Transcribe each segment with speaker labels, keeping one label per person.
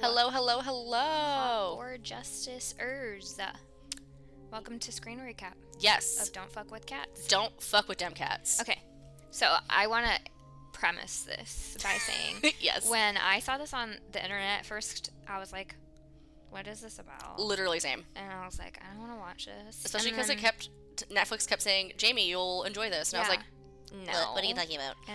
Speaker 1: Hello, hello, hello.
Speaker 2: Or Justice Ers. Welcome to screen recap
Speaker 1: Yes.
Speaker 2: of Don't Fuck with Cats.
Speaker 1: Don't fuck with dumb cats.
Speaker 2: Okay, so I want to premise this by saying
Speaker 1: yes.
Speaker 2: when I saw this on the internet first, I was like, "What is this about?"
Speaker 1: Literally same.
Speaker 2: And I was like, "I don't want to watch this."
Speaker 1: Especially
Speaker 2: And
Speaker 1: because it
Speaker 2: then-
Speaker 1: kept Netflix kept saying, "Jamie, you'll enjoy this," and I was
Speaker 2: Yeah.
Speaker 1: like,
Speaker 2: "No."
Speaker 1: about?"
Speaker 2: I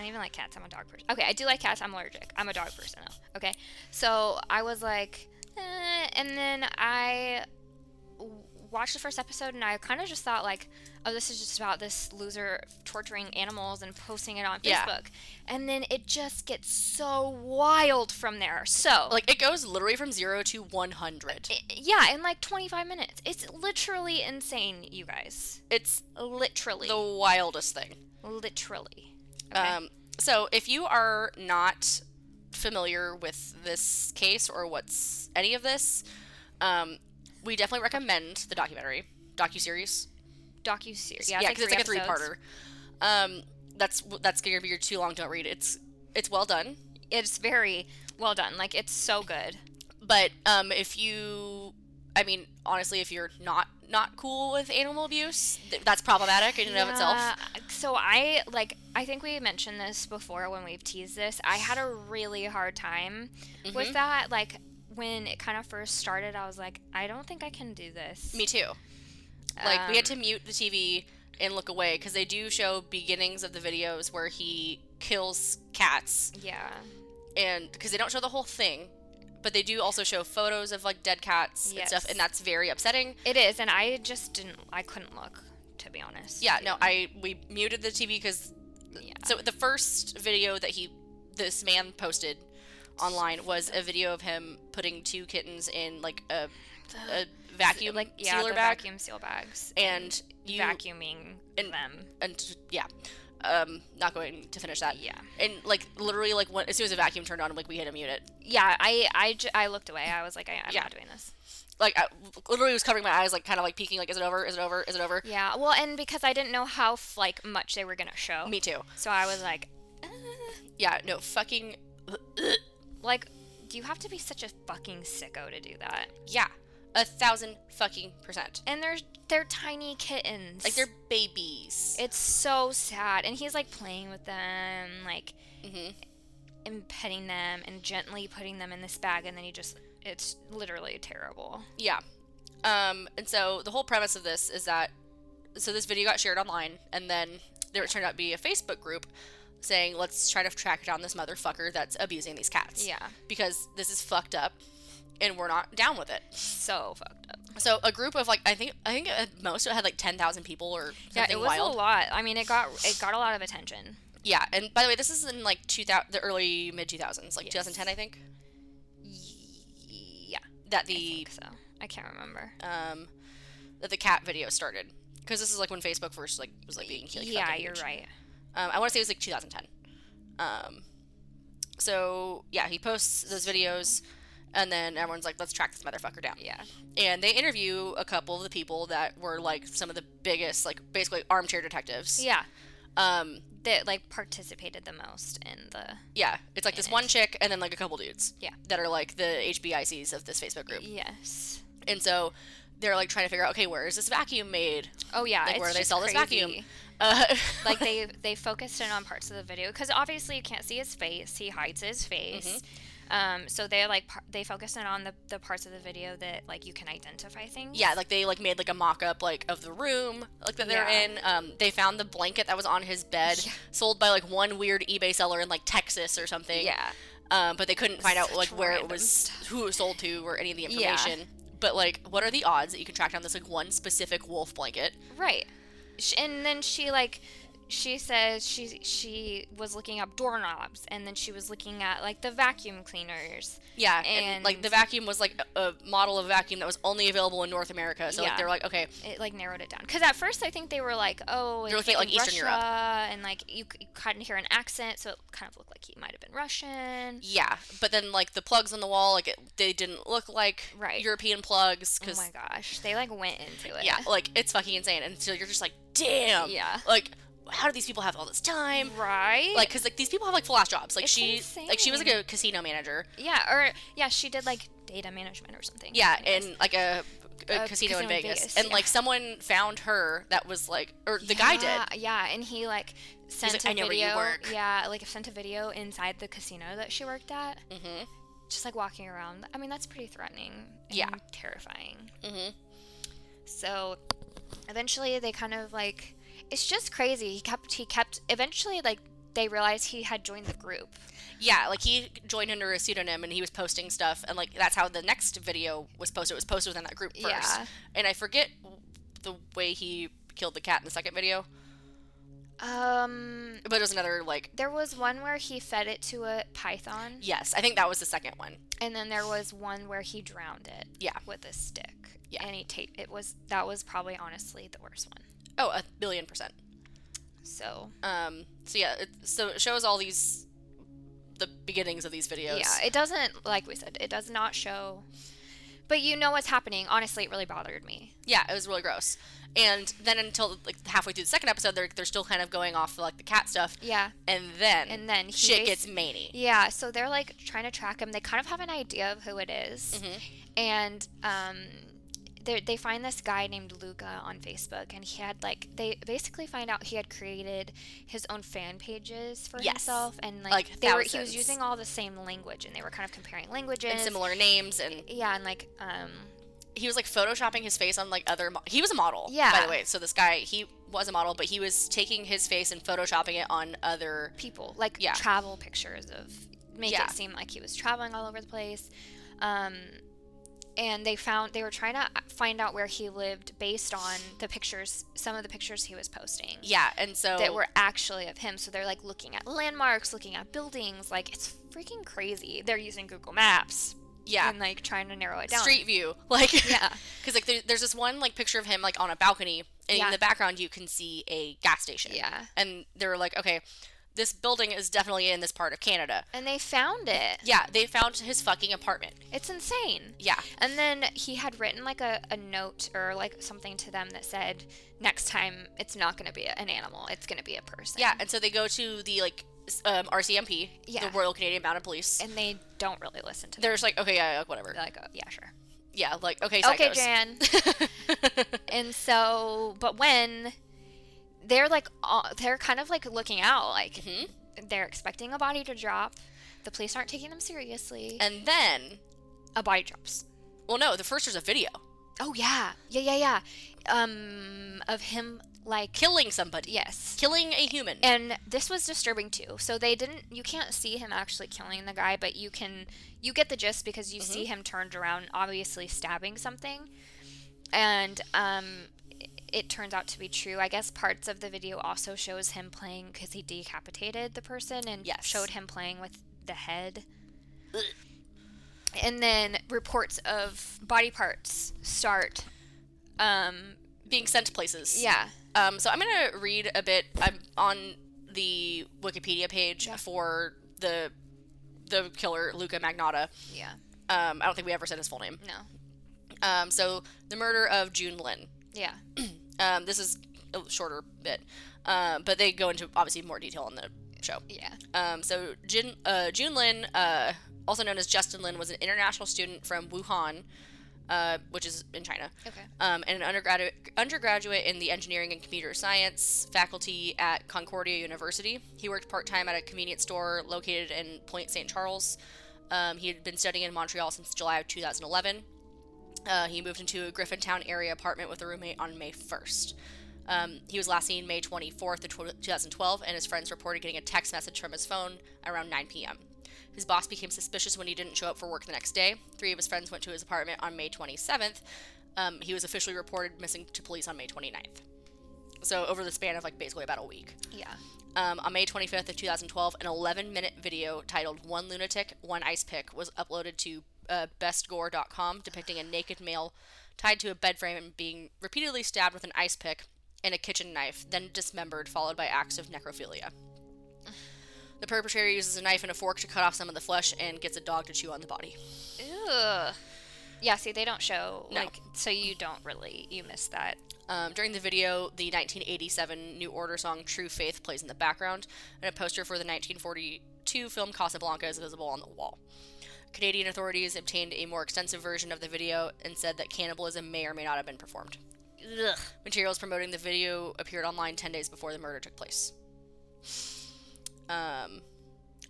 Speaker 2: don't even like cats. I'm a dog person. Okay, I do like cats. I'm allergic. I'm a dog person though. Okay, so I was like, eh, and then I w- watched the first episode, and I kind of just thought like, oh, this is just about this loser torturing animals and posting it on Facebook.
Speaker 1: Yeah.
Speaker 2: And then it just gets so wild from there. So
Speaker 1: Like it goes literally from zero to one hundred.
Speaker 2: i- yeah, in like 25 minutes, it's literally insane, you guys.
Speaker 1: It's
Speaker 2: Literally,
Speaker 1: the wildest thing.
Speaker 2: literally. Okay.
Speaker 1: Um, so if you are not familiar with this case or what's any of this, um, we definitely recommend the documentary docu series.
Speaker 2: Docu series.
Speaker 1: Yeah,
Speaker 2: Yeah,
Speaker 1: because it's like, a
Speaker 2: episodes.
Speaker 1: three-parter. Um, that's that's gonna be your too long. Don't read. It's it's well done,
Speaker 2: it's very well done. Like it's so good.
Speaker 1: but um, if you, I mean, honestly, if you're not not cool with animal abuse, th- that's problematic in and of itself.
Speaker 2: Yeah, So I like I think we mentioned this before when we've teased this. I had a really hard time with that. Like when it kind of first started, I was like, I don't think I can do this.
Speaker 1: Me too. Like we had
Speaker 2: Um,
Speaker 1: to mute the TV and look away because they do show beginnings of the videos where he kills cats,
Speaker 2: Yeah.
Speaker 1: and because they don't show the whole thing. But they do also show photos of like dead cats and
Speaker 2: Yes.
Speaker 1: stuff, and that's very upsetting.
Speaker 2: It is, and I just didn't. I couldn't look, to be honest.
Speaker 1: Yeah, no, I we muted the TV because
Speaker 2: Yeah.
Speaker 1: So the first video that he, this man posted online was a video of him putting two kittens in like a, a vacuum
Speaker 2: like yeah,
Speaker 1: sealer
Speaker 2: the
Speaker 1: bag,
Speaker 2: vacuum seal bags,
Speaker 1: and you
Speaker 2: vacuuming
Speaker 1: and-
Speaker 2: them.
Speaker 1: and yeah, um, not going to finish that.
Speaker 2: Yeah.
Speaker 1: And like literally, like when, as soon as the vacuum turned on, like we had to mute it.
Speaker 2: Yeah, I I, j- I looked away. I was like, I, I'm
Speaker 1: Yeah.
Speaker 2: not doing this.
Speaker 1: Like I literally was covering my eyes, like kind of like peeking, like is it over? Is it over? Is it over?
Speaker 2: Yeah, well, and because I didn't know how f- like much they were gonna show,
Speaker 1: Me too.
Speaker 2: so I was like,
Speaker 1: Yeah. No fucking.
Speaker 2: like, do you have to be such a fucking sicko to do that?
Speaker 1: Yeah. A thousand fucking percent.
Speaker 2: And they're they're tiny kittens.
Speaker 1: Like they're babies.
Speaker 2: It's so sad, and he's like playing with them, like,
Speaker 1: Mhm.
Speaker 2: and petting them, and gently putting them in this bag, and then he just. It's literally terrible.
Speaker 1: Yeah. Um, and so the whole premise of this is that so this video got shared online and then there turned out to be a Facebook group saying, Let's try to track down this motherfucker that's abusing these cats.
Speaker 2: Yeah,
Speaker 1: Because this is fucked up and we're not down with it.
Speaker 2: so fucked up.
Speaker 1: So a group of like I think I think at most it had like ten thousand people or
Speaker 2: Yeah,
Speaker 1: something
Speaker 2: it was
Speaker 1: wild.
Speaker 2: a lot. I mean, it got it got a lot of attention.
Speaker 1: Yeah, and by the way, this is in like two thousand the early mid two thousands, like
Speaker 2: Yes.
Speaker 1: two thousand ten I think.
Speaker 2: Yeah,
Speaker 1: That
Speaker 2: I
Speaker 1: the
Speaker 2: think so. I can't remember.
Speaker 1: um that the cat video started. Because this is like when Facebook first like was like being like,
Speaker 2: yeah,
Speaker 1: fucking
Speaker 2: you're
Speaker 1: huge.
Speaker 2: right.
Speaker 1: Um, I want to say it was like 2010. Um, so yeah, he posts those videos, and then everyone's like, "Let's track this motherfucker down."
Speaker 2: Yeah.
Speaker 1: And they interview a couple of the people that were like some of the biggest, like basically armchair detectives.
Speaker 2: Yeah.
Speaker 1: Um,
Speaker 2: That like participated the most in the
Speaker 1: yeah, it's like this
Speaker 2: And
Speaker 1: one chick and then like a couple dudes.
Speaker 2: Yeah.
Speaker 1: That are like the HBICs of this Facebook group,
Speaker 2: Yes.
Speaker 1: and so they're like trying to figure out, okay, where is this vacuum made?
Speaker 2: Oh yeah.
Speaker 1: Like
Speaker 2: it's
Speaker 1: where they
Speaker 2: just
Speaker 1: sell this vacuum?
Speaker 2: crazy.
Speaker 1: Uh,
Speaker 2: like they they focused in on parts of the video because obviously you can't see his face. He hides his face.
Speaker 1: Mm-hmm.
Speaker 2: Um, so they like par- they focused in on the, the parts of the video that like you can identify things.
Speaker 1: Yeah, like they like made like a mock up like of the room like that they're
Speaker 2: Yeah.
Speaker 1: in. Um, they found the blanket that was on his bed, sold by like one weird eBay seller in like Texas or something.
Speaker 2: Yeah.
Speaker 1: Um, but they couldn't find out
Speaker 2: Such
Speaker 1: like where it
Speaker 2: random
Speaker 1: was, who it was sold to, or any of the
Speaker 2: Yeah.
Speaker 1: information. But like, what are the odds that you can track down this like one specific wolf blanket?
Speaker 2: Right. Sh and then she like she says she she was looking up doorknobs and then she was looking at like the vacuum cleaners.
Speaker 1: Yeah, and, like
Speaker 2: And-
Speaker 1: the vacuum was like a, a model of vacuum that was only available in North America. So like
Speaker 2: Yeah.
Speaker 1: they were like, okay,
Speaker 2: it like narrowed it down because at first I think they were like, oh, it's
Speaker 1: They're looking at,
Speaker 2: like,
Speaker 1: like, Eastern
Speaker 2: Russia,
Speaker 1: Europe.
Speaker 2: and like you, c- you couldn't hear an accent, so it kind of looked like he might have been Russian.
Speaker 1: yeah. But then like the plugs on the wall, like it, they didn't look like
Speaker 2: Right.
Speaker 1: European plugs
Speaker 2: Oh
Speaker 1: because
Speaker 2: my gosh, they like went into it.
Speaker 1: Yeah, like it's fucking insane. And so you're just like, damn.
Speaker 2: Yeah.
Speaker 1: Like, how do these people have all this time?
Speaker 2: right.
Speaker 1: Like, cause like these people have like full ass jobs. Like
Speaker 2: It's
Speaker 1: she, like she was like
Speaker 2: insane.
Speaker 1: a casino manager.
Speaker 2: yeah, or yeah, she did like data management or something.
Speaker 1: Yeah,
Speaker 2: in Vegas.
Speaker 1: in like a, a
Speaker 2: A
Speaker 1: casino in Vegas, and
Speaker 2: yeah.
Speaker 1: like someone found her that was like, or the guy did.
Speaker 2: Yeah, Yeah, and he like sent
Speaker 1: like,
Speaker 2: a
Speaker 1: "I know where you
Speaker 2: video.
Speaker 1: work."
Speaker 2: Yeah, like sent a video inside the casino that she worked at,
Speaker 1: Mhm.
Speaker 2: just like walking around. I mean, that's pretty threatening. And
Speaker 1: Yeah.
Speaker 2: terrifying.
Speaker 1: Mhm.
Speaker 2: So eventually they kind of like it's just crazy. He kept he kept eventually like they realized he had joined the group.
Speaker 1: Yeah, like he joined under a pseudonym and he was posting stuff, and like that's how the next video was posted. It was posted within that group first,
Speaker 2: Yeah.
Speaker 1: and I forget the way he killed the cat in the second video,
Speaker 2: Um
Speaker 1: but it was another like
Speaker 2: there was one where he fed it to a python
Speaker 1: yes, I think that was the second one.
Speaker 2: and then there was one where he drowned it
Speaker 1: Yeah.
Speaker 2: with a stick.
Speaker 1: Yeah.
Speaker 2: And he taped it was that was probably honestly the worst one.
Speaker 1: Oh, a billion percent.
Speaker 2: So
Speaker 1: Um, so yeah, it, so it shows all these the beginnings of these videos.
Speaker 2: Yeah, it doesn't like we said, it does not show but you know what's happening. Honestly, it really bothered me.
Speaker 1: Yeah, it was really gross. And then until like halfway through the second episode, they're they're still kind of going off like the cat stuff,
Speaker 2: Yeah.
Speaker 1: and then
Speaker 2: And then he
Speaker 1: shit
Speaker 2: basi-
Speaker 1: gets many.
Speaker 2: Yeah, so they're like trying to track him. They kind of have an idea of who it is.
Speaker 1: Mm-hmm.
Speaker 2: and um, they they find this guy named Luca on Facebook, and he had like they basically find out he had created his own fan pages for
Speaker 1: Yes.
Speaker 2: himself, and like,
Speaker 1: Like,
Speaker 2: they were he
Speaker 1: thousands.
Speaker 2: was using all the same language, and they were kind of comparing languages.
Speaker 1: And similar names, and
Speaker 2: yeah, and like um,
Speaker 1: he was like photoshopping his face on like other. Mo- he was a model, By
Speaker 2: Yeah.
Speaker 1: the way, so this guy he was a model, but he was taking his face and photoshopping it on other.
Speaker 2: people like
Speaker 1: Yeah.
Speaker 2: travel pictures of make
Speaker 1: Yeah.
Speaker 2: it seem like he was traveling all over the place. Um, and they found they were trying to uh, find out where he lived based on the pictures, some of the pictures he was posting.
Speaker 1: Yeah, and so
Speaker 2: that were actually of him. So they're like looking at landmarks, looking at buildings. Like it's freaking crazy. They're using Google Maps
Speaker 1: yeah
Speaker 2: and like trying to narrow it down.
Speaker 1: street view like
Speaker 2: Yeah.
Speaker 1: because like there, there's this one like picture of him like on a balcony and
Speaker 2: Yeah.
Speaker 1: in the background you can see a gas station
Speaker 2: Yeah.
Speaker 1: and they were like okay this building is definitely in this part of canada
Speaker 2: And they found it.
Speaker 1: yeah they found his fucking apartment
Speaker 2: It's insane.
Speaker 1: yeah
Speaker 2: And then he had written like a, a note or like something to them that said, next time it's not going to be an animal, it's going to be a person.
Speaker 1: yeah and so they go to the like s- um, rcmp
Speaker 2: Yeah.
Speaker 1: the royal canadian mounted police
Speaker 2: And they don't really listen to
Speaker 1: they're just like okay yeah, yeah, whatever
Speaker 2: them. They're like, oh, yeah, sure.
Speaker 1: yeah like okay
Speaker 2: Okay,
Speaker 1: psychos.
Speaker 2: Jan. and so, but when they're like, all, they're kind of like looking out, like
Speaker 1: Mm-hmm.
Speaker 2: they're expecting a body to drop. The police aren't taking them seriously.
Speaker 1: and then
Speaker 2: a body drops.
Speaker 1: well no the first there's a video
Speaker 2: Oh yeah, yeah, yeah, yeah. Um, of him like
Speaker 1: killing somebody
Speaker 2: yes.
Speaker 1: killing a human
Speaker 2: And this was disturbing too. So they didn't. You can't see him actually killing the guy, but you can. You get the gist because you see him turned around, obviously stabbing something. And um, i- it turns out to be true. I guess parts of the video also shows him playing because he decapitated the person and
Speaker 1: Yes.
Speaker 2: showed him playing with the head.
Speaker 1: Ugh.
Speaker 2: And then reports of body parts start. Um,
Speaker 1: being sent to places
Speaker 2: yeah.
Speaker 1: Um, so I'm gonna read a bit. I'm on the Wikipedia page
Speaker 2: Yeah.
Speaker 1: for the the killer Luca Magnotta.
Speaker 2: Yeah.
Speaker 1: Um, I don't think we ever said his full name.
Speaker 2: No.
Speaker 1: Um, so the murder of June Lynn.
Speaker 2: Yeah.
Speaker 1: Um, this is a shorter bit, um, but they go into obviously more detail on the show.
Speaker 2: Yeah.
Speaker 1: Um, so Jin, uh, June Lin, uh, also known as Justin Lin, was an international student from Wuhan, uh, which is in China,
Speaker 2: Okay.
Speaker 1: um, and an undergraduate undergraduate in the engineering and computer science faculty at Concordia University. He worked part time at a convenience store located in Point Saint Charles. Um, he had been studying in Montreal since July of 2011. Uh, he moved into a Griffintown area apartment with a roommate on May 1st. Um, he was last seen May 24th of tw- 2012, and his friends reported getting a text message from his phone around 9 p.m. His boss became suspicious when he didn't show up for work the next day. Three of his friends went to his apartment on May 27th. Um, he was officially reported missing to police on May 29th. So over the span of like basically about a week.
Speaker 2: Yeah.
Speaker 1: Um, on May 25th of 2012, an 11-minute video titled "One Lunatic, One Ice Pick" was uploaded to uh, bestgore.com, depicting a naked male tied to a bed frame and being repeatedly stabbed with an ice pick and a kitchen knife, then dismembered, followed by acts of necrophilia. The perpetrator uses a knife and a fork to cut off some of the flesh and gets a dog to chew on the body.
Speaker 2: Ugh. Yeah, see, they don't show
Speaker 1: No.
Speaker 2: like so you don't really you miss that.
Speaker 1: Um, during the video, the 1987 New Order song True Faith plays in the background, and a poster for the 1942 film Casablanca is visible on the wall. Canadian authorities obtained a more extensive version of the video and said that cannibalism may or may not have been performed.
Speaker 2: Ugh.
Speaker 1: Materials promoting the video appeared online 10 days before the murder took place. Um,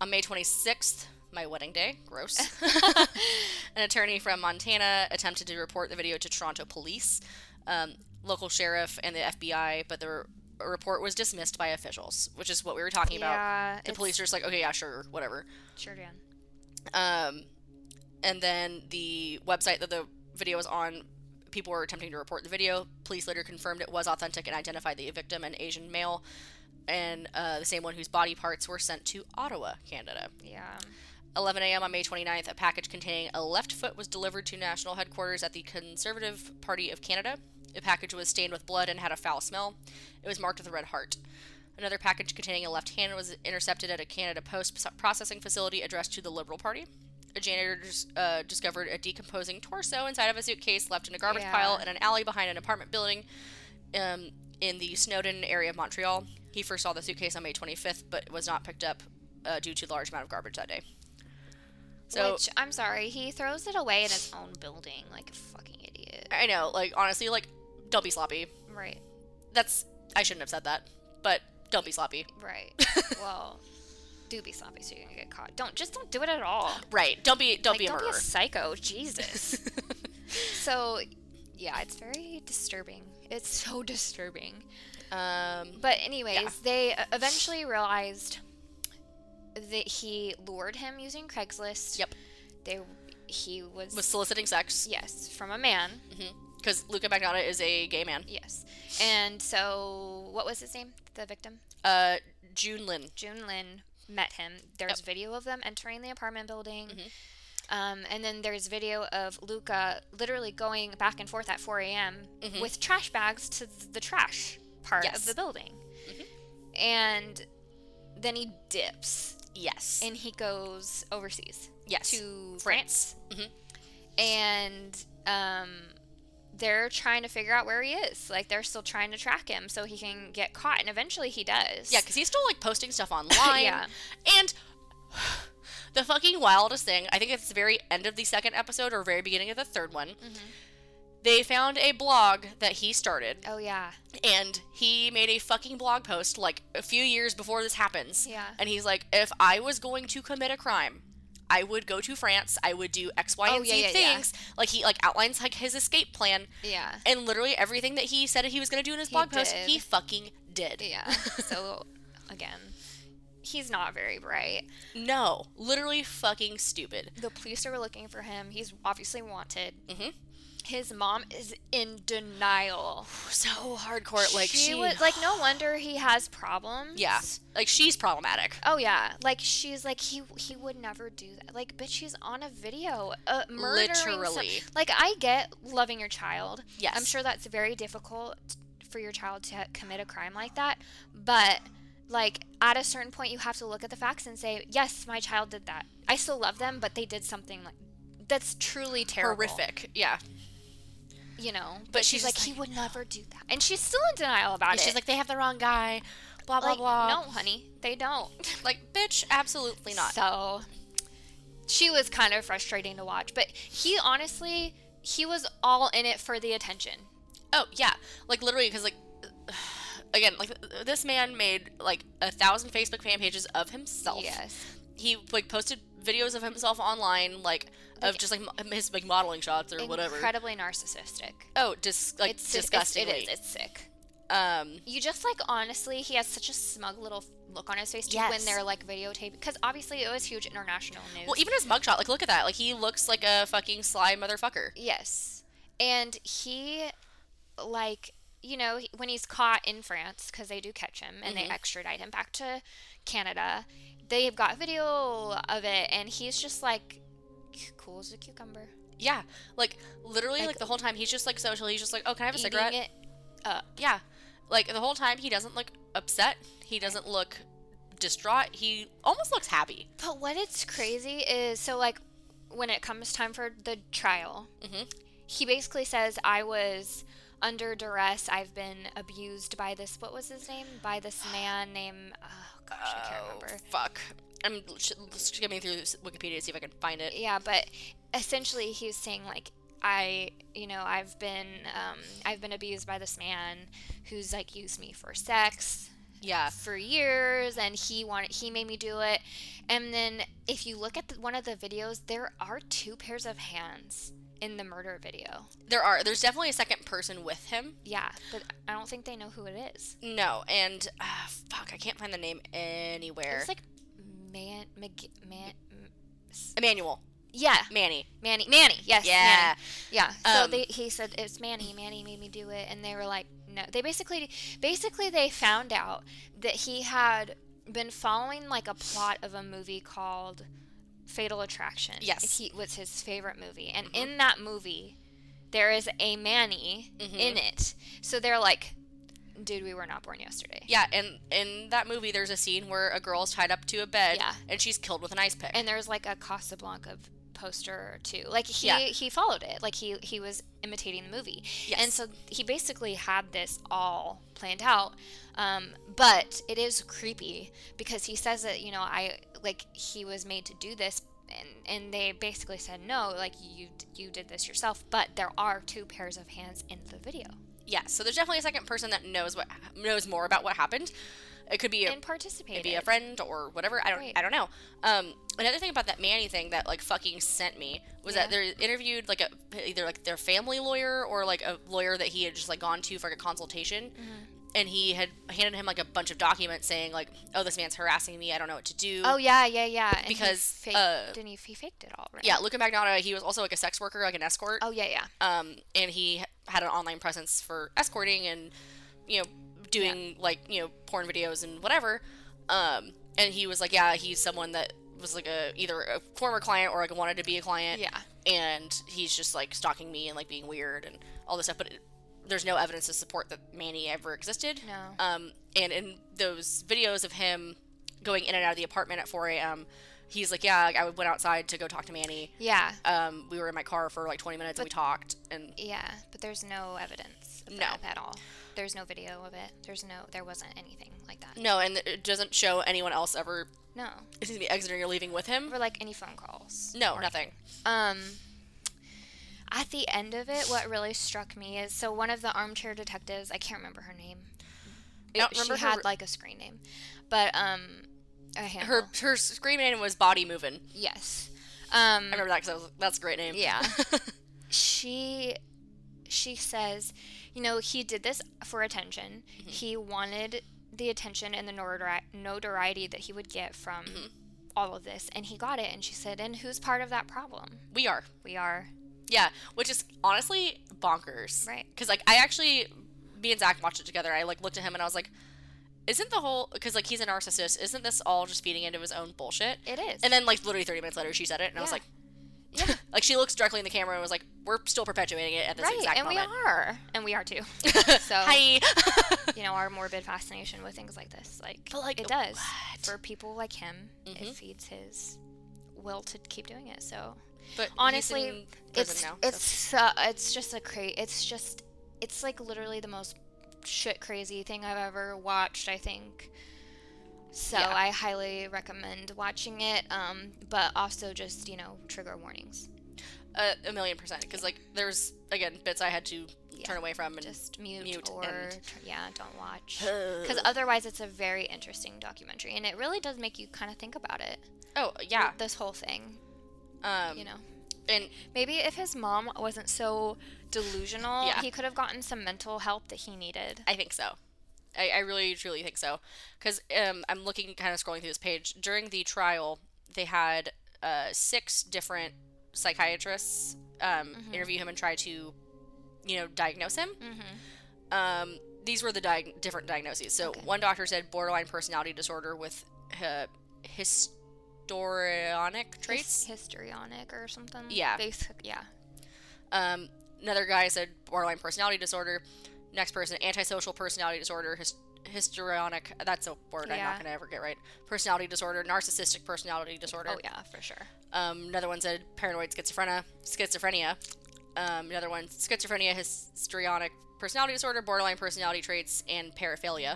Speaker 1: on May 26th, my wedding day, gross, an attorney from Montana attempted to report the video to Toronto police, um, local sheriff, and the FBI, but the re- report was dismissed by officials, which is what we were talking about.
Speaker 2: yeah,
Speaker 1: The
Speaker 2: it's-
Speaker 1: police are just like, okay, yeah, sure, whatever.
Speaker 2: Sure, Dan.
Speaker 1: Um, and then the website that the video was on, people were attempting to report the video. Police later confirmed it was authentic and identified the victim, an Asian male, and uh, the same one whose body parts were sent to Ottawa, Canada.
Speaker 2: Yeah.
Speaker 1: 11 a.m. on May 29th, a package containing a left foot was delivered to national headquarters at the Conservative Party of Canada. The package was stained with blood and had a foul smell. It was marked with a red heart. Another package containing a left hand was intercepted at a Canada Post processing facility addressed to the Liberal Party. A janitor dis- uh, discovered a decomposing torso inside of a suitcase left in a garbage
Speaker 2: Yeah.
Speaker 1: pile in an alley behind an apartment building um, in the Snowden area of Montreal. He first saw the suitcase on May 25th, but was not picked up uh, due to the large amount of garbage that day. So
Speaker 2: Which I'm sorry, he throws it away in his own building like a fucking idiot.
Speaker 1: I know, like honestly, like don't be sloppy.
Speaker 2: Right.
Speaker 1: That's I shouldn't have said that, but don't be sloppy.
Speaker 2: Right. well, do be sloppy so you're gonna get caught. Don't just don't do it at all.
Speaker 1: Right? Don't be don't
Speaker 2: Like,
Speaker 1: be a
Speaker 2: don't
Speaker 1: murderer.
Speaker 2: be a psycho. Jesus. so, yeah, it's very disturbing. It's so disturbing.
Speaker 1: um,
Speaker 2: But anyways, they uh, eventually realized that he lured him using Craigslist.
Speaker 1: Yep.
Speaker 2: They he was,
Speaker 1: was Mm-hmm. soliciting sex
Speaker 2: yes from a man.
Speaker 1: because Luca Magnotta is a gay man.
Speaker 2: Yes. And so, what was his name? The victim?
Speaker 1: Uh, June Lin.
Speaker 2: June Lin met him. There's video of them entering the apartment building.
Speaker 1: Mm-hmm.
Speaker 2: Um, and then there's video of Luca literally going back and forth at 4 a.m. with trash bags to th- the trash part
Speaker 1: Mm-hmm. Yes. Mm-hmm.
Speaker 2: of the building. And then he dips
Speaker 1: Yes.
Speaker 2: and he goes overseas
Speaker 1: yes. Mm-hmm.
Speaker 2: to
Speaker 1: France.
Speaker 2: France. And um, they're trying to figure out where he is. Like they're still trying to track him so he can get caught. And eventually he does.
Speaker 1: Yeah, because he's still like posting stuff online.
Speaker 2: Yeah.
Speaker 1: And the fucking wildest thing, I think it's the very end of the second episode or very beginning of the third one.
Speaker 2: Mm-hmm.
Speaker 1: They found a blog that he started,
Speaker 2: Oh, yeah.
Speaker 1: and he made a fucking blog post like a few years before this happens.
Speaker 2: Yeah.
Speaker 1: And he's like, if I was going to commit a crime, I would go to France. I would do X, Y,
Speaker 2: Oh,
Speaker 1: and
Speaker 2: yeah,
Speaker 1: Z
Speaker 2: yeah, yeah.
Speaker 1: things. Like he like outlines like his escape plan,
Speaker 2: Yeah.
Speaker 1: and literally everything that he said he was gonna do in his blog post,
Speaker 2: did.
Speaker 1: he fucking did.
Speaker 2: Yeah. So again, he's not very bright.
Speaker 1: No, literally fucking stupid.
Speaker 2: The police are looking for him. He's obviously wanted.
Speaker 1: Mhm.
Speaker 2: His mom is in denial.
Speaker 1: so hardcore. Like she,
Speaker 2: was like no wonder he has problems.
Speaker 1: yeah, like she's problematic.
Speaker 2: Oh yeah, like she's like he he would never do that. Like bitch, she's on a video, uh, murdering. some-
Speaker 1: Literally.
Speaker 2: like I get loving your child. I'm
Speaker 1: Yes.
Speaker 2: sure that's very difficult for your child to ha- commit a crime like that, but like at a certain point you have to look at the facts and say, yes, my child did that. I still love them, but they did something like that's truly terrible.
Speaker 1: Horrific. Yeah.
Speaker 2: You know, but,
Speaker 1: she's
Speaker 2: she's, like,
Speaker 1: just
Speaker 2: he
Speaker 1: like,
Speaker 2: would never do that, and she's still in denial about
Speaker 1: And
Speaker 2: it.
Speaker 1: she's like, they have the wrong guy. Blah blah
Speaker 2: like,
Speaker 1: blah.
Speaker 2: no, honey, they don't.
Speaker 1: Like, bitch, absolutely not.
Speaker 2: So she was kind of frustrating to watch, but he honestly, he was all in it for the attention.
Speaker 1: Oh yeah, like literally, because like again, like this man made like a thousand Facebook fan pages of himself.
Speaker 2: Yes.
Speaker 1: He like posted videos of himself online, like of just like mo- his like modeling shots or whatever.
Speaker 2: Incredibly narcissistic.
Speaker 1: Oh, just like
Speaker 2: It's disgusting.
Speaker 1: disgustingly.
Speaker 2: It is. It's sick.
Speaker 1: Um,
Speaker 2: You just like honestly, he has such a smug little look on his face too
Speaker 1: Yes.
Speaker 2: when they're like videotaping because obviously it was huge international news.
Speaker 1: well, even his mugshot, like look at that, like he looks like a fucking sly motherfucker.
Speaker 2: yes, and he like you know he- when he's caught in France because they do catch him and
Speaker 1: Mm-hmm.
Speaker 2: they extradite him back to Canada. They've got video of it, and he's just like c- cool as a cucumber,
Speaker 1: Yeah, like literally, like,
Speaker 2: Like,
Speaker 1: the whole time he's just like social. He's just like, oh, can I have a
Speaker 2: eating
Speaker 1: cigarette?
Speaker 2: it up.
Speaker 1: Yeah, like the whole time he doesn't look upset. He doesn't look distraught. He almost looks happy.
Speaker 2: But what it's crazy is so like when it comes time for the trial,
Speaker 1: Mhm.
Speaker 2: he basically says I was under duress. I've been abused by this. What was his name? By this man named. Oh gosh, I can't remember.
Speaker 1: Fuck. I'm sh- skimming through Wikipedia to see if I can find it.
Speaker 2: Yeah, but essentially he was saying like I, you know, I've been um, I've been abused by this man who's like used me for sex uh,
Speaker 1: Yeah.
Speaker 2: for years and he wanted he made me do it. And then if you look at the, one of the videos, there are two pairs of hands in the murder video.
Speaker 1: There are. There's definitely a second person with him.
Speaker 2: Yeah, but I don't think they know who it is.
Speaker 1: No, and uh, fuck, I can't find the name anywhere.
Speaker 2: It's like man, Mag- man, M-
Speaker 1: Emmanuel.
Speaker 2: yeah,
Speaker 1: Manny.
Speaker 2: Manny, Manny, yes, Manny.
Speaker 1: Yeah.
Speaker 2: Yeah. So
Speaker 1: Um,
Speaker 2: they, he said it's Manny. Manny made me do it, and they were like, no. They basically, basically, they found out that he had been following like a plot of a movie called Fatal Attraction.
Speaker 1: Yes. Mm-hmm.
Speaker 2: he was his favorite movie, and in that movie, there is a Manny
Speaker 1: Mm-hmm.
Speaker 2: in it. So they're like, dude, we were not born yesterday.
Speaker 1: Yeah, and in that movie, there's a scene where a girl's tied up to a bed
Speaker 2: Yeah.
Speaker 1: and she's killed with an ice pick.
Speaker 2: And there's like a Casablanca v- poster or two. Like he
Speaker 1: Yeah.
Speaker 2: he followed it. Like he he was imitating the movie. And
Speaker 1: Yes.
Speaker 2: so he basically had this all planned out. Um, but it is creepy because he says that you know I like he was made to do this. And, and they basically said no, like you you did this yourself. But there are two pairs of hands in the video
Speaker 1: yeah, so there's definitely a second person that knows what knows more about what happened. It could be a
Speaker 2: and participated.
Speaker 1: be a friend or whatever. I don't
Speaker 2: Right.
Speaker 1: I don't know. Um, another thing about that Manny thing that like fucking sent me was that they interviewed like a either like their family lawyer or like a lawyer that he had just like gone to for like, a consultation.
Speaker 2: Mm-hmm.
Speaker 1: And he had handed him like a bunch of documents saying like, "Oh, this man's harassing me. I don't know what to do."
Speaker 2: Oh yeah, yeah, yeah. And he
Speaker 1: Because,
Speaker 2: faked,
Speaker 1: uh,
Speaker 2: didn't he, he faked it all right?
Speaker 1: yeah. Luca Magnotta, he was also like a sex worker, like an escort.
Speaker 2: Oh yeah, yeah.
Speaker 1: Um, and he h- had an online presence for escorting and you know doing like you know porn videos and whatever. Um, and he was like, yeah, he's someone that was like a either a former client or like wanted to be a client.
Speaker 2: Yeah.
Speaker 1: And he's just like stalking me and like being weird and all this stuff, but it, there's no evidence to support that Manny ever existed.
Speaker 2: No.
Speaker 1: Um, and in those videos of him going in and out of the apartment at 4 a.m., he's like, yeah, I went outside to go talk to Manny
Speaker 2: Yeah.
Speaker 1: um, we were in my car for like 20 minutes and we talked and
Speaker 2: Yeah, but there's no evidence of
Speaker 1: No.
Speaker 2: that at all. There's no video of it. There's no there wasn't anything like that.
Speaker 1: no and it doesn't show anyone else ever
Speaker 2: No.
Speaker 1: excuse me exiting or leaving with him
Speaker 2: Or like any phone calls.
Speaker 1: no
Speaker 2: or
Speaker 1: nothing
Speaker 2: um at the end of it what really struck me is so one of the armchair detectives i can't remember her name
Speaker 1: I don't
Speaker 2: It-
Speaker 1: Oh, remember
Speaker 2: she
Speaker 1: her-
Speaker 2: had like a screen name but um a
Speaker 1: her
Speaker 2: handle.
Speaker 1: her scream name was body moving
Speaker 2: yes um
Speaker 1: i remember that because that's a great name
Speaker 2: Yeah. she she says, you know, he did this for attention.
Speaker 1: Mm-hmm.
Speaker 2: He wanted the attention and the notori- notoriety that he would get from
Speaker 1: Mm-hmm.
Speaker 2: all of this, and he got it. And she said, and who's part of that problem?
Speaker 1: we are
Speaker 2: We are.
Speaker 1: yeah which is honestly bonkers
Speaker 2: Right.
Speaker 1: because like i actually me and zach watched it together i like looked at him and i was like isn't the whole because like he's a narcissist isn't this all just feeding into his own bullshit
Speaker 2: It is.
Speaker 1: and then like literally 30 minutes later she said it and i was
Speaker 2: Yeah.
Speaker 1: like
Speaker 2: yeah,
Speaker 1: like she looks directly in the camera and was like we're still perpetuating it at this
Speaker 2: right.
Speaker 1: exact
Speaker 2: And we
Speaker 1: moment
Speaker 2: are, and we are too. so
Speaker 1: hi
Speaker 2: you know, our morbid fascination with things like this, like,
Speaker 1: But, like,
Speaker 2: it does
Speaker 1: what?
Speaker 2: for people like him. It
Speaker 1: Mhm.
Speaker 2: feeds his will to keep doing it. So
Speaker 1: But he's
Speaker 2: honestly
Speaker 1: in prison
Speaker 2: it's
Speaker 1: now, so-
Speaker 2: it's so- it's just a cra- it's just it's like literally the most shit crazy thing i've ever watched i think so
Speaker 1: Yeah.
Speaker 2: i highly recommend watching it um but also just you know trigger warnings
Speaker 1: a, Uh, a million percent because like there's again bits I had to
Speaker 2: Yeah,
Speaker 1: turn away from and
Speaker 2: just mute,
Speaker 1: Mute
Speaker 2: or
Speaker 1: and-
Speaker 2: tr- yeah don't watch because
Speaker 1: because
Speaker 2: otherwise it's a very interesting documentary and it really does make you kind of think about it
Speaker 1: oh yeah
Speaker 2: this whole thing
Speaker 1: um
Speaker 2: you know
Speaker 1: and
Speaker 2: maybe if his mom wasn't so delusional
Speaker 1: Yeah.
Speaker 2: he could have gotten some mental help that he needed
Speaker 1: I think so. I, I really truly think so because um I'm looking kind of scrolling through this page during the trial they had uh six different psychiatrists um interview him and try to you know diagnose him
Speaker 2: Mm-hmm.
Speaker 1: um, these were the diag- different diagnoses. So
Speaker 2: Okay.
Speaker 1: one doctor said borderline personality disorder with uh, histrionic traits.
Speaker 2: histrionic or something.
Speaker 1: Yeah.
Speaker 2: Basic, yeah.
Speaker 1: Um, another guy said borderline personality disorder. Next person, antisocial personality disorder, his- histrionic. That's a word I'm
Speaker 2: Yeah.
Speaker 1: not gonna ever get right. Personality disorder, narcissistic personality disorder.
Speaker 2: Oh yeah, for sure.
Speaker 1: Um, another one said paranoid schizophrenia, schizophrenia. Um, another one, schizophrenia, histrionic personality disorder, borderline personality traits, and paraphilia.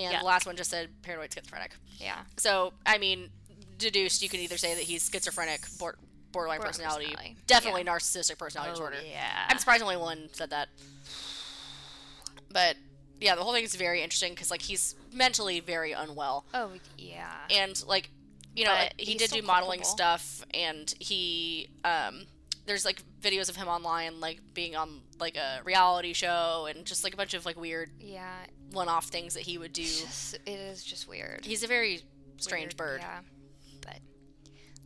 Speaker 1: and
Speaker 2: Yeah.
Speaker 1: the last one just said paranoid schizophrenic.
Speaker 2: Yeah.
Speaker 1: So, I mean, deduced, you can either say that he's schizophrenic, bor- borderline
Speaker 2: Borderline
Speaker 1: personality,
Speaker 2: personality. Oh,
Speaker 1: definitely narcissistic personality disorder.
Speaker 2: yeah.
Speaker 1: I'm surprised only one said that. But yeah, the whole thing is very interesting because like he's mentally very unwell,
Speaker 2: oh yeah.
Speaker 1: and like you know
Speaker 2: But
Speaker 1: he
Speaker 2: he's
Speaker 1: did
Speaker 2: still
Speaker 1: do modeling
Speaker 2: culpable.
Speaker 1: stuff, and he um there's like videos of him online like being on like a reality show and just like a bunch of like weird
Speaker 2: yeah.
Speaker 1: one-off things that he would do.
Speaker 2: It's just, it is just weird.
Speaker 1: He's a very strange
Speaker 2: Weird,
Speaker 1: bird.
Speaker 2: Yeah. But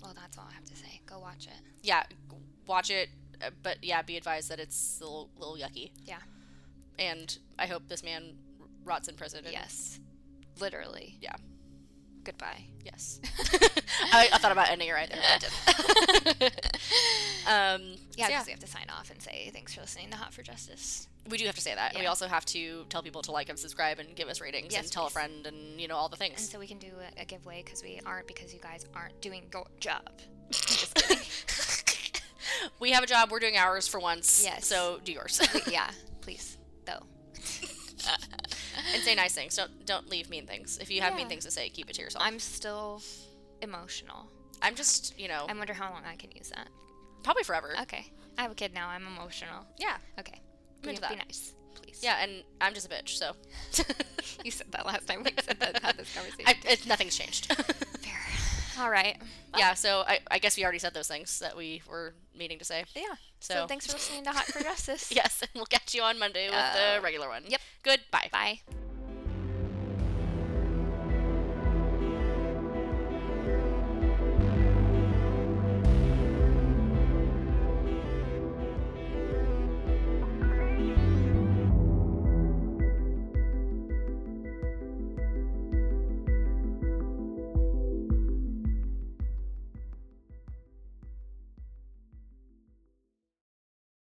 Speaker 2: well, that's all I have to say. Go watch it.
Speaker 1: yeah, g- watch it, uh, but yeah, be advised that it's a little, little yucky.
Speaker 2: Yeah.
Speaker 1: And I hope this man r- rots in prison. and-
Speaker 2: Yes. Literally.
Speaker 1: Yeah.
Speaker 2: Goodbye.
Speaker 1: Yes. I, I thought about ending it right there. but I didn't. um, so
Speaker 2: Yeah,
Speaker 1: yeah,
Speaker 2: because we have to sign off and say thanks for listening to Hot for Justice.
Speaker 1: we do have to say that. We
Speaker 2: Yeah.
Speaker 1: also have to tell people to like and subscribe and give us ratings
Speaker 2: Yes,
Speaker 1: and tell a
Speaker 2: please.
Speaker 1: friend and you know all the
Speaker 2: And
Speaker 1: things.
Speaker 2: so we can do a, a giveaway because we aren't because you guys aren't doing your job. Just kidding.
Speaker 1: we have a job. We're doing ours for once.
Speaker 2: Yes.
Speaker 1: So do yours
Speaker 2: yeah, please though.
Speaker 1: and say nice things. Don't don't leave mean things. If you have mean
Speaker 2: Yeah.
Speaker 1: things to say, keep it to yourself. I'm,
Speaker 2: I'm still emotional.
Speaker 1: just you know
Speaker 2: I wonder how long I can use that.
Speaker 1: probably forever.
Speaker 2: Okay, I have a kid now. I'm emotional.
Speaker 1: yeah.
Speaker 2: Okay,
Speaker 1: I'm
Speaker 2: be,
Speaker 1: into that.
Speaker 2: be nice, please.
Speaker 1: Yeah, and I'm just a bitch, so
Speaker 2: you said that last time we said that had this conversation.
Speaker 1: I, it, nothing's changed.
Speaker 2: Fair. All right.
Speaker 1: yeah, so I, I guess we already said those things that we were meaning to say.
Speaker 2: Yeah. So,
Speaker 1: So-
Speaker 2: thanks for listening to Hot for Justice.
Speaker 1: Yes, and we'll catch you on Monday with
Speaker 2: Uh,
Speaker 1: the regular one.
Speaker 2: yep.
Speaker 1: Goodbye.
Speaker 2: Bye.